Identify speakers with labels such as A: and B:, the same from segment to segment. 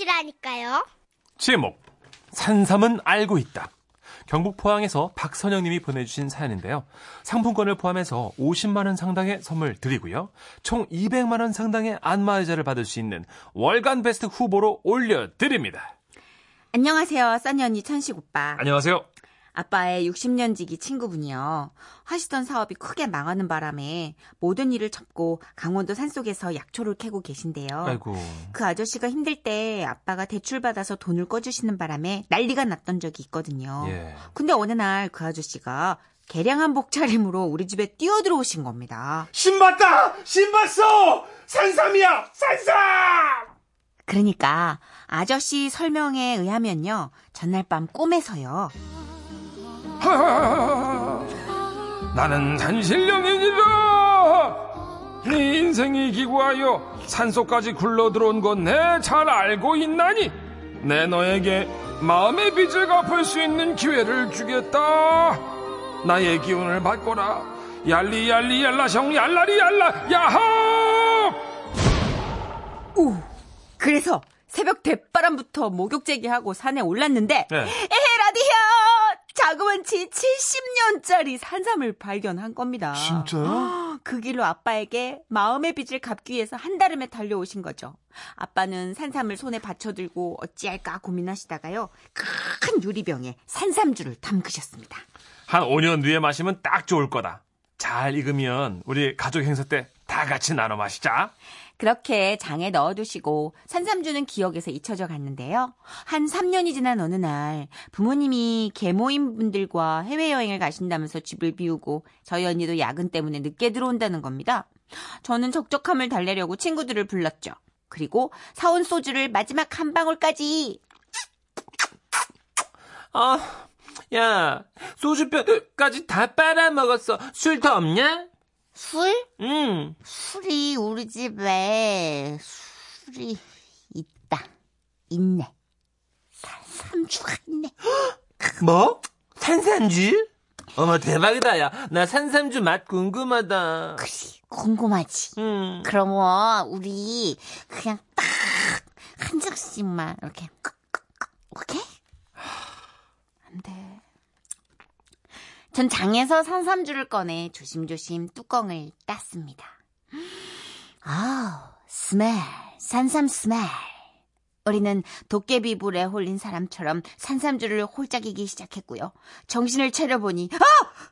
A: 이라니까요.
B: 제목 산삼은 알고 있다. 경북 포항에서 박선영 님이 보내주신 사연인데요. 상품권을 포함해서 50만 원 상당의 선물 드리고요. 총 200만 원 상당의 안마의자를 받을 수 있는 월간 베스트 후보로 올려드립니다.
C: 안녕하세요, 써니 언니 천식 오빠.
B: 안녕하세요.
C: 아빠의 60년 지기 친구분이요. 하시던 사업이 크게 망하는 바람에 모든 일을 접고 강원도 산속에서 약초를 캐고 계신데요.
B: 아이고.
C: 그 아저씨가 힘들 때 아빠가 대출받아서 돈을 꺼주시는 바람에 난리가 났던 적이 있거든요.
B: 예.
C: 근데 어느 날 그 아저씨가 개량한 복차림으로 우리 집에 뛰어들어오신 겁니다.
D: 신봤다! 신봤어! 산삼이야! 산삼!
C: 그러니까 아저씨 설명에 의하면요. 전날 밤 꿈에서요.
D: 나는 산신령이니라! 네 인생이 기구하여 산속까지 굴러들어온 건 내 잘 알고 있나니 내 너에게 마음의 빚을 갚을 수 있는 기회를 주겠다 나의 기운을 받거라 얄리 얄리 얄라성 얄라리 얄라 야하
C: 오! 그래서 새벽 대바람부터 목욕 제기하고 산에 올랐는데
B: 네.
C: 에헤 라디혀 자그만치 70년짜리 산삼을 발견한 겁니다.
D: 진짜요?
C: 그 길로 아빠에게 마음의 빚을 갚기 위해서 한달음에 달려오신 거죠. 아빠는 산삼을 손에 받쳐들고 어찌할까 고민하시다가요. 큰 유리병에 산삼주를 담그셨습니다.
B: 한 5년 뒤에 마시면 딱 좋을 거다. 잘 익으면 우리 가족 행사 때 다 같이 나눠 마시자.
C: 그렇게 장에 넣어두시고 산삼주는 기억에서 잊혀져 갔는데요. 한 3년이 지난 어느 날 부모님이 계모인 분들과 해외여행을 가신다면서 집을 비우고 저희 언니도 야근 때문에 늦게 들어온다는 겁니다. 저는 적적함을 달래려고 친구들을 불렀죠. 그리고 사온 소주를 마지막 한 방울까지
B: 아, 야, 소주병까지 다 빨아먹었어. 술 더 없냐?
A: 술?
B: 응.
A: 술이 우리 집에 술이 있다.
C: 있네.
A: 삼주가 있네.
B: 뭐? 산삼주? 어머, 대박이다, 야. 나 산삼주 맛 궁금하다.
A: 궁금하지.
B: 음.
A: 그러면 우리 그냥 딱 한 잔씩만 이렇게 오케이? 안 돼.
C: 전 장에서 산삼주를 꺼내 조심조심 뚜껑을 땄습니다. 아, 스멜, 산삼 스멜. 우리는 도깨비불에 홀린 사람처럼 산삼주를 홀짝이기 시작했고요. 정신을 차려보니 아!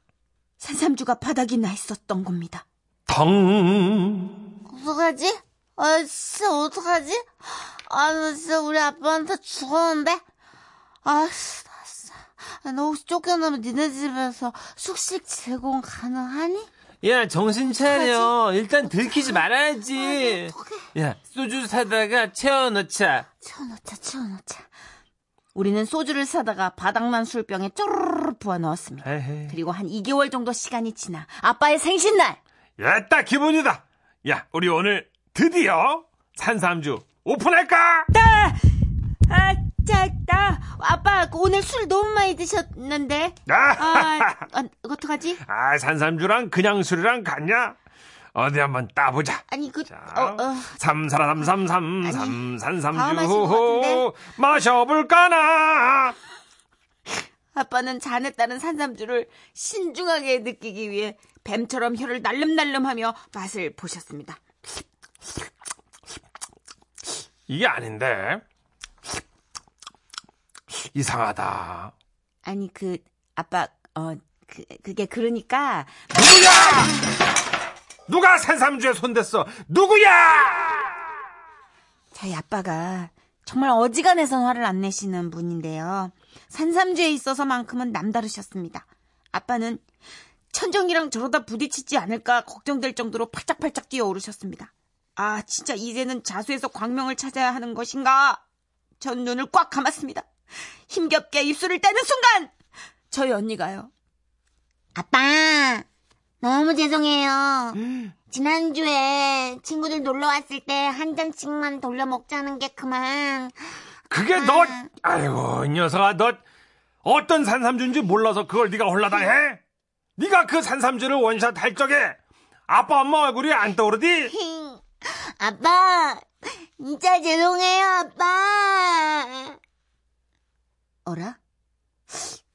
C: 산삼주가 바닥이 나 있었던 겁니다.
B: 덩.
A: 어떡하지? 아 진짜 어떡하지? 아 나 진짜 우리 아빠한테 죽었는데? 아씨 나 진짜 아, 너 혹시 쫓겨나면 니네 집에서 숙식 제공 가능하니?
B: 야, 정신 차려. 일단 들키지 말아야지.
A: 어떡해
B: 야, 소주 사다가 채워넣자.
A: 채워놓자 채워놓자
C: 우리는 소주를 사다가 바닥난 술병에 쪼르르 부어 넣었습니다.
B: 에헤이.
C: 그리고 한 2개월 정도 시간이 지나 아빠의 생신날
B: 야, 딱 기분이다. 야, 우리 오늘 드디어 산삼주 오픈할까?
C: 아, 자, 나, 아빠, 오늘 술 너무 많이 드셨는데.
B: 아,
C: 아, 아 어떡하지?
B: 아, 산삼주랑 그냥 술이랑 같냐? 어디 한번 따보자.
A: 아니 그
B: 자,
A: 어, 어.
B: 삼사삼삼삼
A: 다음 하신 것
B: 삼산삼주
A: 같은데?
B: 마셔볼까나
C: 아빠는 잔에 따른 산삼주를 신중하게 느끼기 위해 뱀처럼 혀를 날름날름하며 맛을 보셨습니다.
B: 이게 아닌데 이상하다
C: 아니, 그, 아빠, 어, 그, 그게 그러니까.
B: 누구야 누가 산삼주에 손댔어 누구야
C: 저희 아빠가 정말 어지간해선 화를 안 내시는 분인데요. 산삼주에 있어서만큼은 남다르셨습니다. 아빠는 천정이랑 저러다 부딪히지 않을까 걱정될 정도로 팔짝팔짝 뛰어오르셨습니다. 아, 진짜 이제는 자수해서 광명을 찾아야 하는 것인가? 전 눈을 꽉 감았습니다. 힘겹게 입술을 떼는 순간! 저희 언니가요.
A: 아빠 너무 죄송해요 지난주에 친구들 놀러 왔을 때 한 잔씩만 돌려 먹자는 게 그만
B: 그게 너 아이고 이 녀석아 너 어떤 산삼주인지 몰라서 그걸 네가 홀라당해 네가 그 산삼주를 원샷
E: 아,
B: 할 적에 아빠 엄마 얼굴이 안 떠오르디
A: 힝. 아빠
F: 진짜 죄송해요, 아빠.
E: 어라?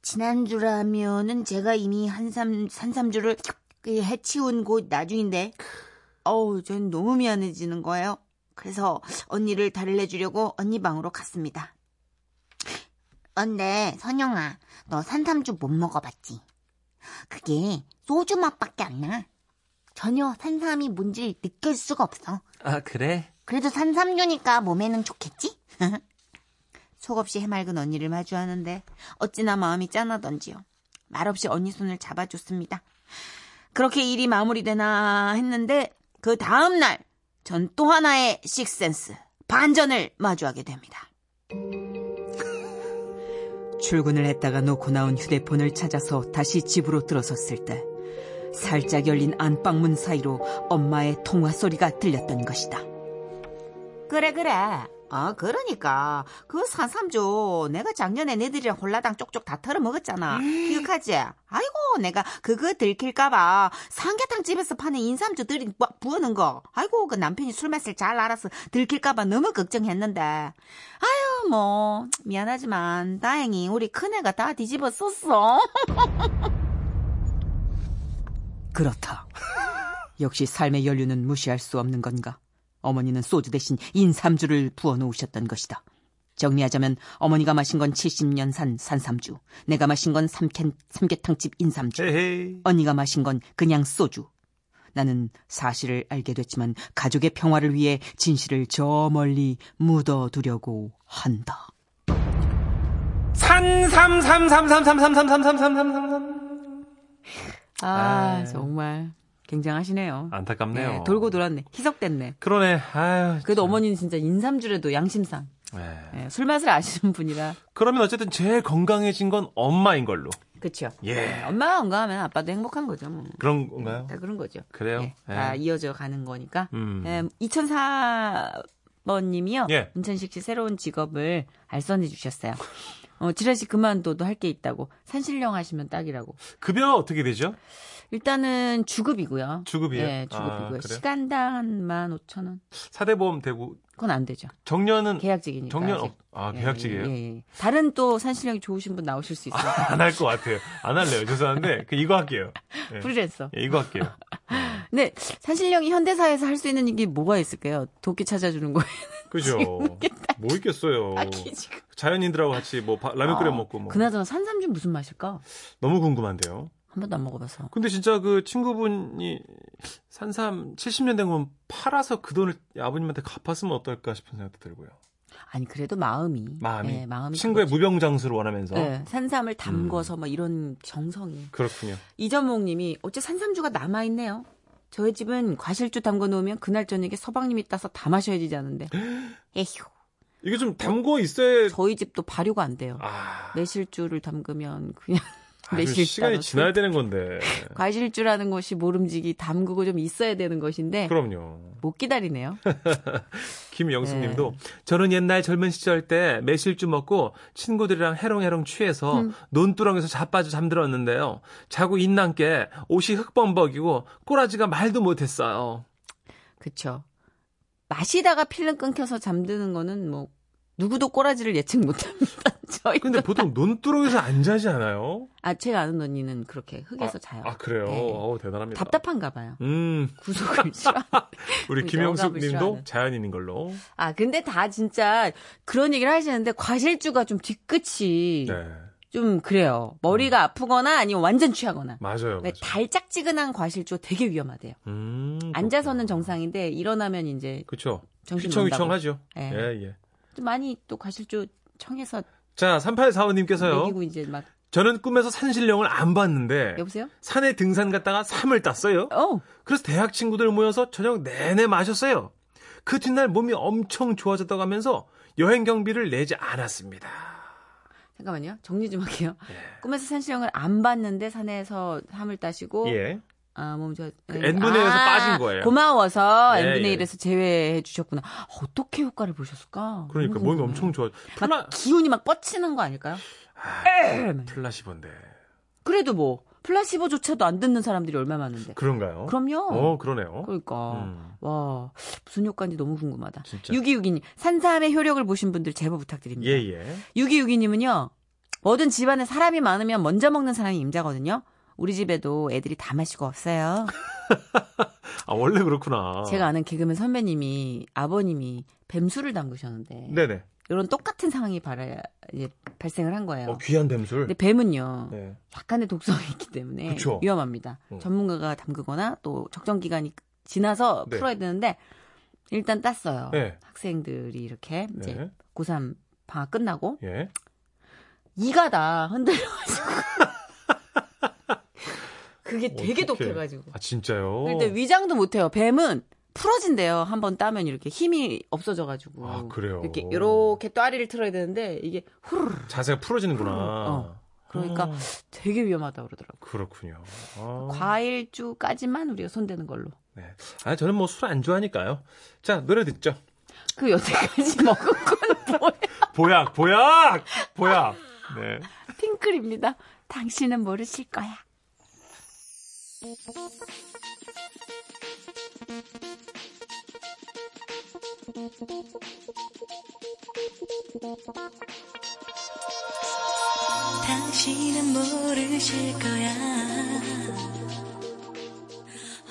E: 지난주라면은 제가 이미 한삼, 산삼주를 그 해치운 곳 나중인데, 어우, 전 너무 미안해지는 거예요. 그래서 언니를 달래주려고 언니 방으로 갔습니다.
F: 근데 선영아, 너 산삼주 못 먹어봤지? 그게 소주 맛밖에 안 나. 전혀 산삼이 뭔지 느낄 수가 없어.
G: 아, 그래?
F: 그래도 산삼주니까 몸에는 좋겠지?
E: 속없이 해맑은 언니를 마주하는데 어찌나 마음이 짠하던지요. 말없이 언니 손을 잡아줬습니다. 그렇게 일이 마무리되나 했는데 그 다음날 전 또 하나의 식센스 반전을 마주하게 됩니다.
C: 출근을 했다가 놓고 나온 휴대폰을 찾아서 다시 집으로 들어섰을 때 살짝 열린 안방문 사이로 엄마의 통화 소리가 들렸던 것이다.
E: 그래 그래. 아 그러니까 그 산삼조 내가 작년에 네들이랑 홀라당 쪽쪽 다 털어먹었잖아. 기억하지? 아이고 내가 그거 들킬까봐 삼계탕 집에서 파는 인삼주 들이 막 부어는 거. 아이고 그 남편이 술 맛을 잘 알아서 들킬까봐 너무 걱정했는데. 아유 뭐 미안하지만 다행히 우리 큰애가 다 뒤집어 썼어.
C: 그렇다. 역시 삶의 연륜은 무시할 수 없는 건가? 어머니는 소주 대신 인삼주를 부어 놓으셨던 것이다. 정리하자면 어머니가 마신 건 70년산 산삼주, 내가 마신 건 삼캔, 삼계탕집 인삼주,
G: 에헤이.
C: 언니가 마신 건 그냥 소주. 나는 사실을 알게 됐지만 가족의 평화를 위해 진실을 저 멀리 묻어두려고 한다.
G: 산삼삼삼삼삼삼삼삼삼삼삼삼.
C: 아,
G: 아유. 네. 아,
C: 정말 굉장하시네요.
G: 안타깝네요. 그렇죠.
C: 예, 돌고 돌았네. 희석됐네.
G: 그러네. 아유.
C: 그래도 어머니는 진짜 인삼주래도 양심상
B: 네.
G: 예.
C: 예, 술 맛을 아시는 분이라
G: 그러면 어쨌든 제일 건강해진 건 엄마인 걸로.
C: 그렇죠.
G: 예.
C: 엄마가 건강하면 아빠도 행복한 거죠. 뭐.
G: 그런 건가요?
C: 다 그런 거죠.
G: 그래요?
C: 예, 다
G: 예.
C: 이어져 가는 거니까.
G: 음.
C: 예, 2004번님이요.
G: 예.
C: 문천식 씨 새로운 직업을 알선해 주셨어요. 어, 지라 씨 그만둬도 할 게 있다고 산신령 하시면 딱이라고.
G: 급여 어떻게 되죠?
C: 일단은 주급이고요.
G: 주급이에요?
C: 예, 주급이고요.
G: 아, 그래요?
C: 시간당 한 15,000원.
G: 사대보험 되고
C: 그건 안 되죠.
G: 정년은
C: 계약직이니까.
G: 정년
C: 아직.
G: 없- 아
C: 예,
G: 계약직이에요?
C: 예, 예. 다른 또 산신령이 좋으신 분 나오실 수 있어요.
G: 안 할 것 같아요. 안 할래요. 죄송한데 그 이거 할게요. 예.
C: 프리랜서.
G: 예, 이거 할게요.
C: 근데 산신령이 현대사에서 할 수 있는 일이 뭐가 있을까요? 도끼 찾아주는 거예요.
G: 그죠? 뭐 있겠어요.
C: 딱히 지금.
G: 자연인들하고 같이 뭐 바- 라면 끓여 먹고 뭐
C: 아, 그나저나 산삼주 무슨 맛일까?
G: 너무 궁금한데요.
C: 한 번도 안 먹어봐서.
G: 근데 진짜 그 친구분이 산삼 70년 된 거면 팔아서 그 돈을 아버님한테 갚았으면 어떨까 싶은 생각도 들고요.
C: 아니 그래도 마음이.
G: 마음이,
C: 예, 마음이
G: 친구의 무병장수를 원하면서 음.
C: 그거죠. 예, 산삼을 담궈서 뭐 이런 정성이.
G: 그렇군요.
C: 이전목님이 어째 산삼주가 남아 있네요. 저희 집은 과실주 담궈 놓으면 그날 저녁에 서방님이 따서 다 마셔야 되지 않은데. 에휴.
G: 이게 좀 담고 있어야
C: 저희 집도 발효가 안 돼요.
G: 아,
C: 매실주를 담그면 그냥
G: 아주
C: 매실
G: 시간이
C: 따로
G: 지나야 되는 건데.
C: 과실주라는 것이 모름지기 담그고 좀 있어야 되는 것인데
G: 그럼요.
C: 못 기다리네요. 네.
G: 김영숙님도 저는 옛날 젊은 시절 때 매실주 먹고 친구들이랑 해롱해롱 취해서
C: 음.
G: 논두렁에서 자빠져 잠들었는데요. 자고 인난께 옷이 흑범벅이고 꼬라지가 말도 못했어요.
C: 그쵸. 마시다가 필름 끊겨서 잠드는 거는 뭐 누구도 꼬라지를 예측 못합니다. 저희
G: 근데 보통 논두렁에서 안 자지 않아요?
C: 아 제가 아는 언니는 그렇게 흙에서 자요.
G: 아 그래요.
C: 네.
G: 어우 대단합니다.
C: 답답한가 봐요.
G: 음
C: 구속을 싫어.
G: 우리
C: 그러니까 억압을
G: 김영숙님도
C: 싫어하는.
G: 자연인인 걸로.
C: 아 근데 다 진짜 그런 얘기를 하시는데 과실주가 좀 뒤끝이
G: 네
C: 좀 그래요. 머리가 아프거나 아니면 완전 취하거나.
G: 맞아요.
C: 왜
G: 음, 맞아요.
C: 달짝지근한 과실주 되게 위험하대요.
G: 음, 그렇구나.
C: 앉아서는 정상인데 일어나면 이제
G: 그쵸.
C: 정신 온다고.
G: 휘청휘청하죠.
C: 예.
G: 예, 예.
C: 좀 많이 또 과실주 청해서
G: 자, 3845님께서요.
C: 먹이고 이제 막
G: 저는 꿈에서 산신령을 안 봤는데
C: 여보세요?
G: 산에 등산 갔다가 삼을 땄어요.
C: 어
G: 그래서 대학 친구들 모여서 저녁 내내 마셨어요. 그 뒷날 몸이 엄청 좋아졌다고 하면서 여행 경비를 내지 않았습니다.
C: 잠깐만요 정리 좀 할게요.
G: 예.
C: 꿈에서 산신령을 안 봤는데 산에서 함을 따시고
G: 예. 그
C: 아몸저
G: N분의 1에서 빠진 거예요.
C: 고마워서
G: 예,
C: n분의
G: 예.
C: 1에서 제외해 주셨구나. 아, 어떻게 효과를 보셨을까?
G: 그러니까
C: 너무
G: 몸이
C: 궁금해요.
G: 엄청 좋아.
C: 막
G: 플라
C: 기운이 막 뻗치는 거 아닐까요?
G: 플라시본데.
C: 그래도 뭐 플라시보조차도 안 듣는 사람들이 얼마나 많은데.
G: 그런가요?
C: 그럼요.
G: 어, 그러네요.
C: 그러니까
G: 음.
C: 와 무슨 효과인지 너무 궁금하다.
G: 진짜.
C: 6262님 산삼의 효력을 보신 분들 제보 부탁드립니다.
G: 예, 예.
C: 6262님은요. 뭐든 집안에 사람이 많으면 먼저 먹는 사람이 임자거든요. 우리 집에도 애들이 다 마시고 없어요.
G: 아, 원래 그렇구나.
C: 제가 아는 개그맨 선배님이 아버님이 뱀술을 담그셨는데
G: 네네.
C: 이런 똑같은 상황이 발아, 이제 발생을 한 거예요.
G: 어, 귀한 뱀술.
C: 근데 뱀은요.
G: 네.
C: 약간의 독성이 있기 때문에
G: 그쵸.
C: 위험합니다.
G: 어.
C: 전문가가 담그거나 또 적정 기간이 지나서
G: 네.
C: 풀어야 되는데 일단 땄어요.
G: 네.
C: 학생들이 이렇게 이제
G: 네.
C: 고3 방학 끝나고
G: 예.
C: 이가 다 흔들려가지고 그게 되게
G: 어떡해.
C: 독해가지고
G: 아, 진짜요?
C: 일단 위장도 못해요. 뱀은 풀어진대요. 한 번 따면 이렇게 힘이 없어져가지고
G: 아, 그래요?
C: 이렇게 이렇게 또아리를 틀어야 되는데 이게 후루룩
G: 자세가 풀어지는구나.
C: 어. 그러니까
G: 아,
C: 되게 위험하다 고 그러더라고. 요
G: 그렇군요. 아.
C: 과일주까지만 우리가 손대는 걸로.
G: 네. 아, 저는 뭐 술 안 좋아하니까요. 자, 노래 듣죠.
C: 그 여태까지 먹은 건 뭐예요?
G: 보약, 보약! 보약! 네.
C: 핑클입니다. 당신은 모르실 거야.
H: 당신은 모르실 거야.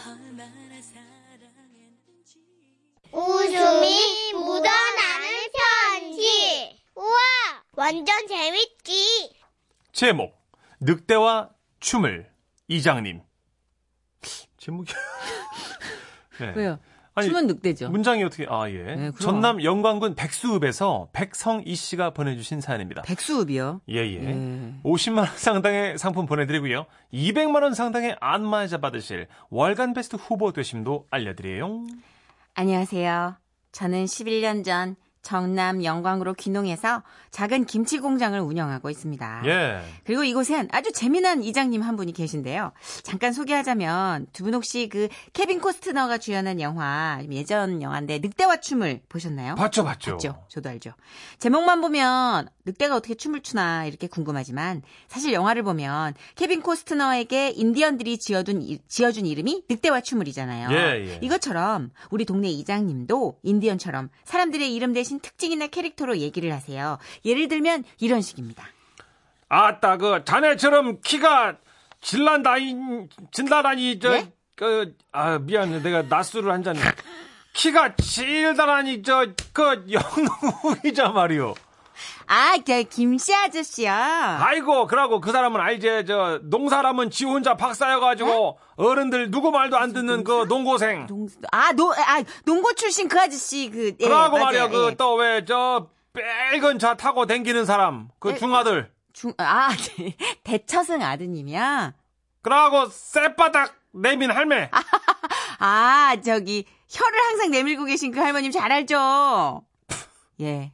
H: 얼마나 사랑했는지.
A: 웃음이 묻어나는 편지. 우와, 완전 재밌지.
G: 제목. 늑대와 춤을. 이장님. 제목이. 네.
C: 왜요?
G: 아니,
C: 춤은 늑대죠.
G: 문장이 어떻게, 아, 예.
C: 그럼.
G: 전남 영광군 백수읍에서 백성이 씨가 보내주신 사연입니다.
C: 백수읍이요.
G: 예, 예.
C: 예.
G: 50만 원 상당의 상품 보내드리고요. 200만 원 상당의 안마의자 받으실 월간 베스트 후보 되심도 알려드려요.
C: 안녕하세요. 저는 11년 전 정남 영광으로 귀농해서 작은 김치 공장을 운영하고 있습니다.
G: 예.
C: 그리고 이곳엔 아주 재미난 이장님 한 분이 계신데요. 잠깐 소개하자면 두 분 혹시 그 케빈 코스트너가 주연한 영화 예전 영화인데 늑대와 춤을 보셨나요?
G: 봤죠,
C: 어?
G: 봤죠.
C: 봤죠. 저도 알죠. 제목만 보면 늑대가 어떻게 춤을 추나 이렇게 궁금하지만 사실 영화를 보면 케빈 코스트너에게 인디언들이 지어둔 이- 지어준 이름이 늑대와 춤을이잖아요.
G: 예, 예.
C: 이것처럼 우리 동네 이장님도 인디언처럼 사람들의 이름 대신 특징이나 캐릭터로 얘기를 하세요. 예를 들면 이런 식입니다.
B: 아따 그 자네처럼 키가 질난다니 진다라니 저
C: 네?
B: 그, 아, 미안해. 내가 낮술을 한 잔. 키가 질다라니, 저, 그, 영웅이자 말이오.
C: 아, 저 김씨 아저씨요.
B: 아이고, 그러고 그 사람은 알지. 저, 농사람은 지 혼자 박사여가지고, 어른들 누구 말도 안 듣는 그 농고생.
C: 농, 아, 노, 아, 농고 출신 그 아저씨 그. 예,
B: 그러고
C: 맞아요.
B: 말이야,
C: 예.
B: 그, 또 왜, 저, 빨간 차 타고 댕기는 사람.
C: 예.
B: 그 중아들.
C: 중, 아, 네. 대처승 아드님이야.
B: 그러고 쌔바닥 내민 할매.
C: 아, 저기 혀를 항상 내밀고 계신 그 할머님 잘 알죠? 예.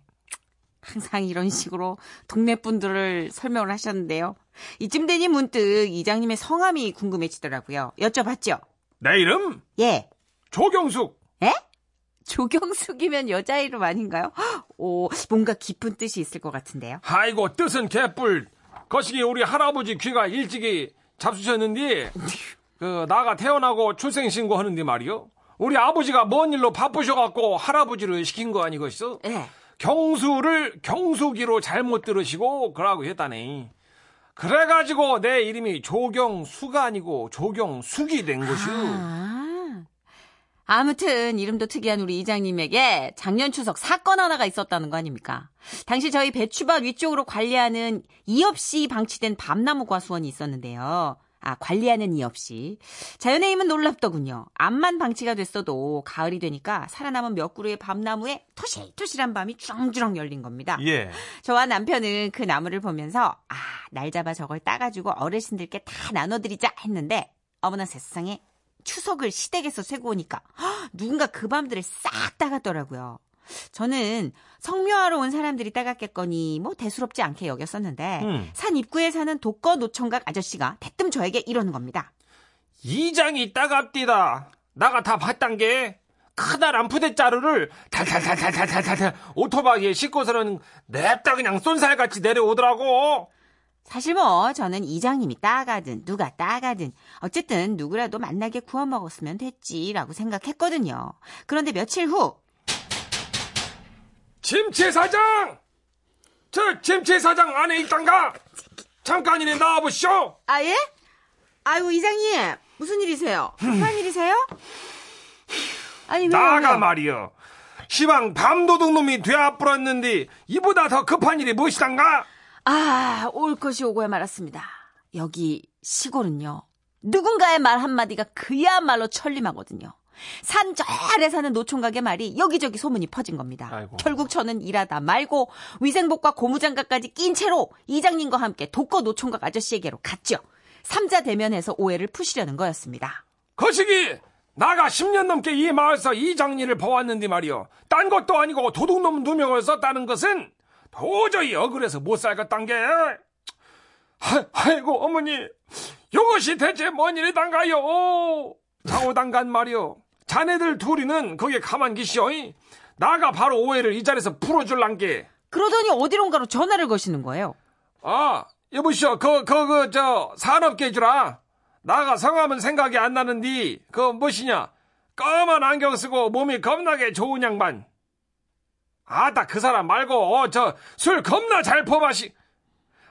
C: 항상 이런 식으로 동네 분들을 설명을 하셨는데요. 이쯤 되니 문득 이장님의 성함이 궁금해지더라고요. 여쭤봤죠?
B: 내 이름?
C: 예.
B: 조경숙.
C: 조경숙이면 여자 이름 아닌가요? 오, 뭔가 깊은 뜻이 있을 것 같은데요.
B: 아이고, 뜻은 개뿔. 거시기 우리 할아버지 귀가 일찍이 잡수셨는데, 그, 나가 태어나고 출생신고 하는데 말이요. 우리 아버지가 뭔 일로 바쁘셔갖고 할아버지를 시킨 거 아니겠어?
C: 예.
B: 경수를 경수기로 잘못 들으시고 그러고 했다네. 그래가지고 내 이름이 조경수가 아니고 조경숙이 된 것이오.
C: 아. 아무튼 이름도 특이한 우리 이장님에게 작년 추석 사건 하나가 있었다는 거 아닙니까? 당시 저희 배추밭 위쪽으로 관리하는 이없이 방치된 밤나무 과수원이 있었는데요. 아, 관리하는 이없이. 자연의 힘은 놀랍더군요. 암만 방치가 됐어도 가을이 되니까 살아남은 몇 그루의 밤나무에 토실토실한 밤이 주렁주렁 열린 겁니다.
G: 예.
C: 저와 남편은 그 나무를 보면서 아, 날 잡아 저걸 따가지고 어르신들께 다 나눠드리자 했는데 어머나 세상에 추석을 시댁에서 쇠고 오니까 헉, 누군가 그 밤들을 싹 따갔더라고요. 저는 성묘하러 온 사람들이 따갔겠거니 뭐 대수롭지 않게 여겼었는데
G: 음.
C: 산 입구에 사는 독거 노총각 아저씨가 대뜸 저에게 이러는 겁니다.
B: 이장이 따갑디다. 나가 다 봤단 게 커다란 푸대자루를 달달달달달달달 오토바이에 싣고서는 냅다 그냥 쏜살같이 내려오더라고.
C: 사실 뭐 저는 이장님이 따가든 누가 따가든 어쨌든 누구라도 만나게 구워 먹었으면 됐지라고 생각했거든요. 그런데 며칠 후
B: 침체 사장! 저 침체 사장 안에 있단가? 잠깐이네 나와보시오!
C: 아예? 아이고 이장님 무슨 일이세요? 급한 일이세요? 아니 왜
B: 나가
C: 오늘-
B: 말이여. 시방 밤도둑 놈이 되어뿌렸는데 이보다 더 급한 일이 무엇이단가?
C: 아, 올 것이 오고야 말았습니다. 여기 시골은요. 누군가의 말 한마디가 그야말로 천림하거든요. 산 저 아래 사는 노총각의 말이 여기저기 소문이 퍼진 겁니다.
G: 아이고.
C: 결국 저는 일하다 말고 위생복과 고무장갑까지 낀 채로 이장님과 함께 독거 노총각 아저씨에게로 갔죠. 삼자 대면해서 오해를 푸시려는 거였습니다.
B: 거시기! 나가 10년 넘게 이 마을에서 이 장리를 보았는데 말이여. 딴 것도 아니고 도둑놈 두 명을 썼다는 것은 도저히 억울해서 못 살겠단 게. 하, 아이고 어머니, 이것이 대체 뭔 일이단가요? 좌우당간 말이여. 자네들 둘이는 거기에 가만 계시오. 나가 바로 오해를 이 자리에서 풀어줄란 게.
C: 그러더니 어디론가로 전화를 거시는 거예요.
B: 아, 여보시오, 그, 그, 그, 저, 산업계주라. 나가 성함은 생각이 안 나는디, 그, 무엇이냐. 검은 안경 쓰고 몸이 겁나게 좋은 양반. 아따, 그 사람 말고, 어, 저, 술 겁나 잘 퍼마시.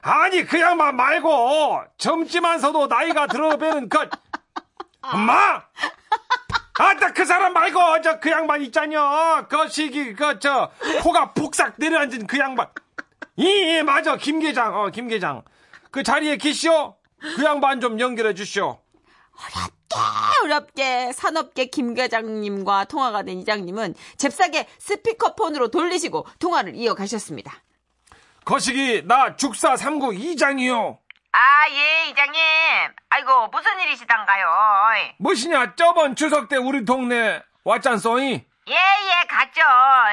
B: 아니, 그 양반 말고, 젊지만서도 나이가 들어배는 그, 엄마! 아따, 그 사람 말고, 저, 그 양반 있잖여. 그 시기, 그, 저, 코가 폭삭 내려앉은 그 양반. 예, 예, 맞아. 김계장, 어, 김계장. 그 자리에 계시오? 그 양반 좀 연결해 주시오.
C: 어렵게 산업계 김 과장님과 통화가 된 이장님은 잽싸게 스피커폰으로 돌리시고 통화를 이어가셨습니다.
B: 거시기, 나 죽사 삼국 이장이요.
I: 아, 예, 이장님. 아이고, 무슨 일이시던가요?
B: 무엇이냐, 저번 추석 때 우리 동네 왔잖소이?
I: 예, 예, 갔죠.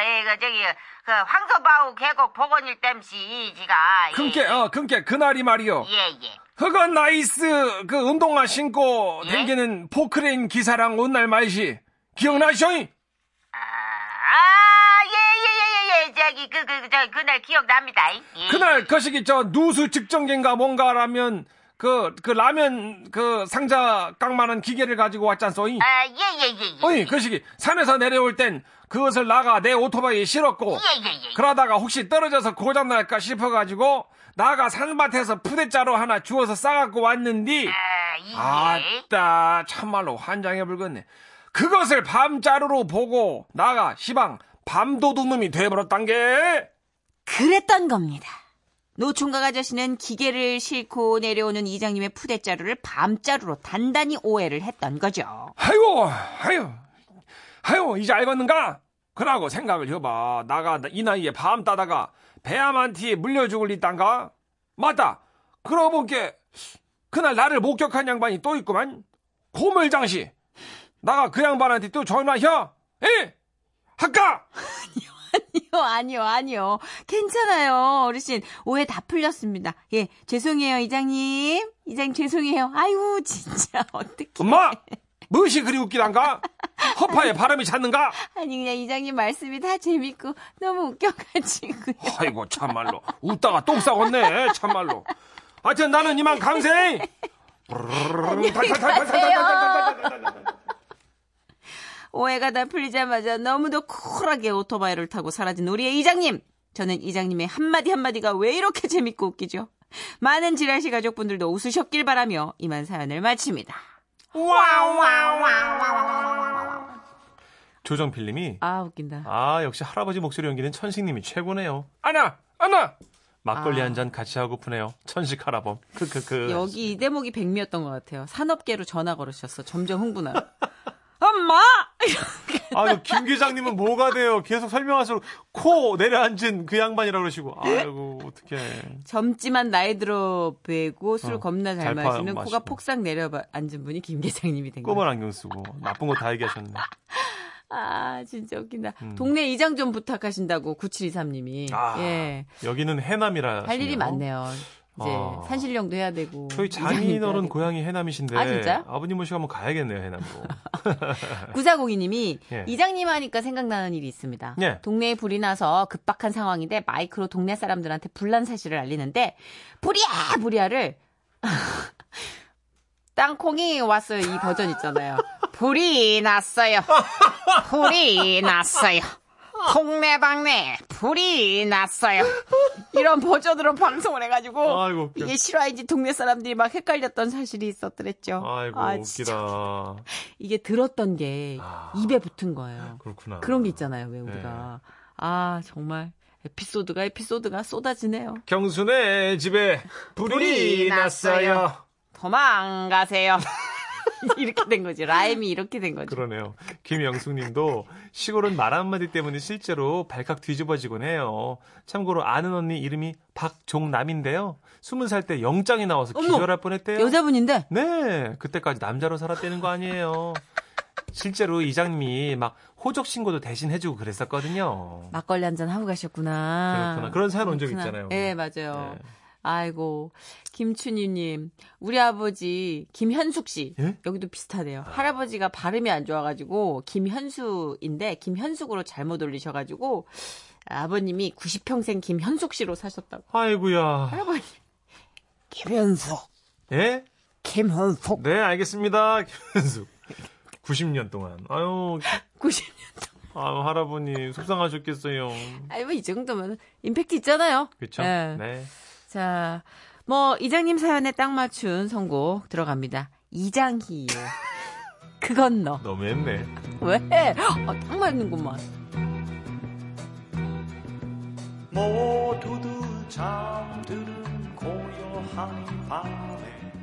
I: 예, 그, 저기, 그, 황소바우 계곡 복원일 땜시, 지가. 예,
B: 금께, 어, 금께, 그날이 말이요.
I: 예, 예.
B: 흑은 나이스, 그 운동화 신고
I: 예?
B: 댕기는 포크레인 기사랑 온 날 말시. 기억나쇼이?
I: 아, 아, 예, 예, 예, 예, 예. 저기, 그, 그, 저, 그날 기억납니다. 예.
B: 그날 거시기 저 누수 측정기인가 뭔가라면 그, 그 라면 그 상자 깡만한 기계를 가지고 왔잖소이?
I: 아, 예, 예, 예, 예.
B: 어이, 그시기 산에서 내려올 땐 그것을 나가 내 오토바이에 실었고
I: 예, 예, 예.
B: 그러다가 혹시 떨어져서 고장 날까 싶어가지고 나가 산밭에서 푸대자루 하나 주워서 싸갖고 왔는디
I: 아, 예.
B: 아따 참말로 환장해 불겠네 그것을 밤자루로 보고 나가 시방 밤도둑놈이 돼버렸단 게
C: 그랬던 겁니다. 노총각 아저씨는 기계를 싣고 내려오는 이장님의 푸대자루를 밤자루로 단단히 오해를 했던 거죠.
B: 아이고 아유 아유 이제 알겠는가 그러고 생각을 해봐 나가 이 나이에 밤 따다가 배아만티 물려 죽을 있단가 맞다 그러고 보니까 그날 나를 목격한 양반이 또 있구만 고물장씨 나가 그 양반한테 또 전화해 에 할까
C: 아니요, 아니요, 아니요. 괜찮아요, 어르신. 오해 다 풀렸습니다. 예, 죄송해요, 이장님. 이장님, 죄송해요. 아유, 진짜, 어떡해.
B: 엄마 무엇이 그리 웃기단가 허파에 바람이 찼는가
C: 아니, 그냥 이장님 말씀이 다 재밌고, 너무 웃겨가지고요.
B: 아이고 참말로 웃다가 똥 싸웠네 참말로 하여튼 나는 이만 강세
C: 오해가 다 풀리자마자 너무도 쿨하게 오토바이를 타고 사라진 우리의 이장님. 저는 이장님의 한마디 한마디가 왜 이렇게 재밌고 웃기죠? 많은 지라시 가족분들도 웃으셨길 바라며 이만 사연을 마칩니다.
G: 조정필님이
C: 아 웃긴다.
G: 아 역시 할아버지 목소리 연기는 천식님이 최고네요.
B: 안아 안아
G: 막걸리 한 잔 같이 하고 푸네요. 천식 할아범. 그, 크크크.
C: 여기 이 대목이 백미였던 것 같아요. 산업계로 전화 걸으셨어. 점점 흥분하고. 엄마!
G: 아유 김 기장님은 뭐가 돼요? 계속 설명하시고 코 내려앉은 그 양반이라 그러시고 아이고 어떻게
C: 젊지만 나이 들어 보이고 술
G: 어,
C: 겁나 잘,
G: 잘 파-
C: 마시는 코가
G: 마시고.
C: 폭삭 내려 앉은 분이 김 계장님이 된 거예요.
G: 꼬만 안경 쓰고 나쁜 거 다 얘기하셨네.
C: 아 진짜 웃긴다.
G: 음.
C: 동네 이장 좀 부탁하신다고 9723님이.
G: 아.
C: 예.
G: 여기는 해남이라
C: 할 일이
G: 하시네요.
C: 많네요. 이제
G: 아.
C: 산신령도 해야 되고.
G: 저희
C: 장인어른
G: 장인어른 고향이 해남이신데
C: 아, 진짜요?
G: 아버님 모시고 한번 가야겠네요 해남으로.
C: 구사고기님이
G: 예.
C: 이장님 하니까 생각나는 일이 있습니다.
G: 예.
C: 동네에 불이 나서 급박한 상황인데 마이크로 동네 사람들한테 불난 사실을 알리는데 불이야 불이야를 땅콩이 왔어요 이 버전 있잖아요. 불이 났어요. 불이 났어요. 동네방네 불이 났어요. 이런 버전으로 방송을 해가지고
G: 아이고 웃겨.
C: 예, 이게 실화인지 동네 사람들이 막 헷갈렸던 사실이 있었더랬죠.
G: 아이고
C: 아, 진짜.
G: 웃기다.
C: 이게 들었던 게
G: 아.
C: 입에 붙은 거예요.
G: 그렇구나. 네.
C: 그런 게 있잖아요, 왜 우리가. 아, 정말. 에피소드가 에피소드가 쏟아지네요.
G: 경순의 집에 불이,
C: 불이 났어요.
G: 났어요.
C: 도망가세요. 이렇게 된 거지. 라임이 이렇게 된 거죠.
G: 그러네요. 김영숙님도 시골은 말 한마디 때문에 실제로 발칵 뒤집어지곤 해요. 참고로 아는 언니 이름이 박종남인데요. 스무 살 때 영장이 나와서
C: 어머!
G: 기절할 뻔했대요.
C: 여자분인데
G: 네, 그때까지 남자로 살았다는 거 아니에요. 실제로 이장님이 막 호적 신고도 대신 해주고 그랬었거든요.
C: 막걸리 한 잔 하고 가셨구나.
G: 그렇구나. 그런 사연 온 적이 있잖아요.
C: 네, 맞아요.
G: 네.
C: 아이고, 김춘희님, 우리 아버지 김현숙 씨
G: 예?
C: 여기도 비슷하네요. 할아버지가 발음이 안 좋아가지고 김현수인데 김현숙으로 잘못 올리셔가지고 아버님이 90평생 김현숙 씨로 사셨다고.
G: 아이고야.
C: 할아버지
G: 예?
J: 김현석
G: 네, 알겠습니다. 김현숙. 90년 동안. 아유,
C: 90.
G: 아유 할아버님 속상하셨겠어요.
C: 아니 뭐이 정도면 임팩트 있잖아요.
G: 그렇죠?
C: 예.
G: 네.
C: 자, 뭐 이장님 사연에 딱 맞춘 선곡 들어갑니다. 이장희요. 그건 너.
G: 너무 했네.
C: 왜? 아, 딱 맞는구만.
K: 모두들 잠드는 고요한 밤에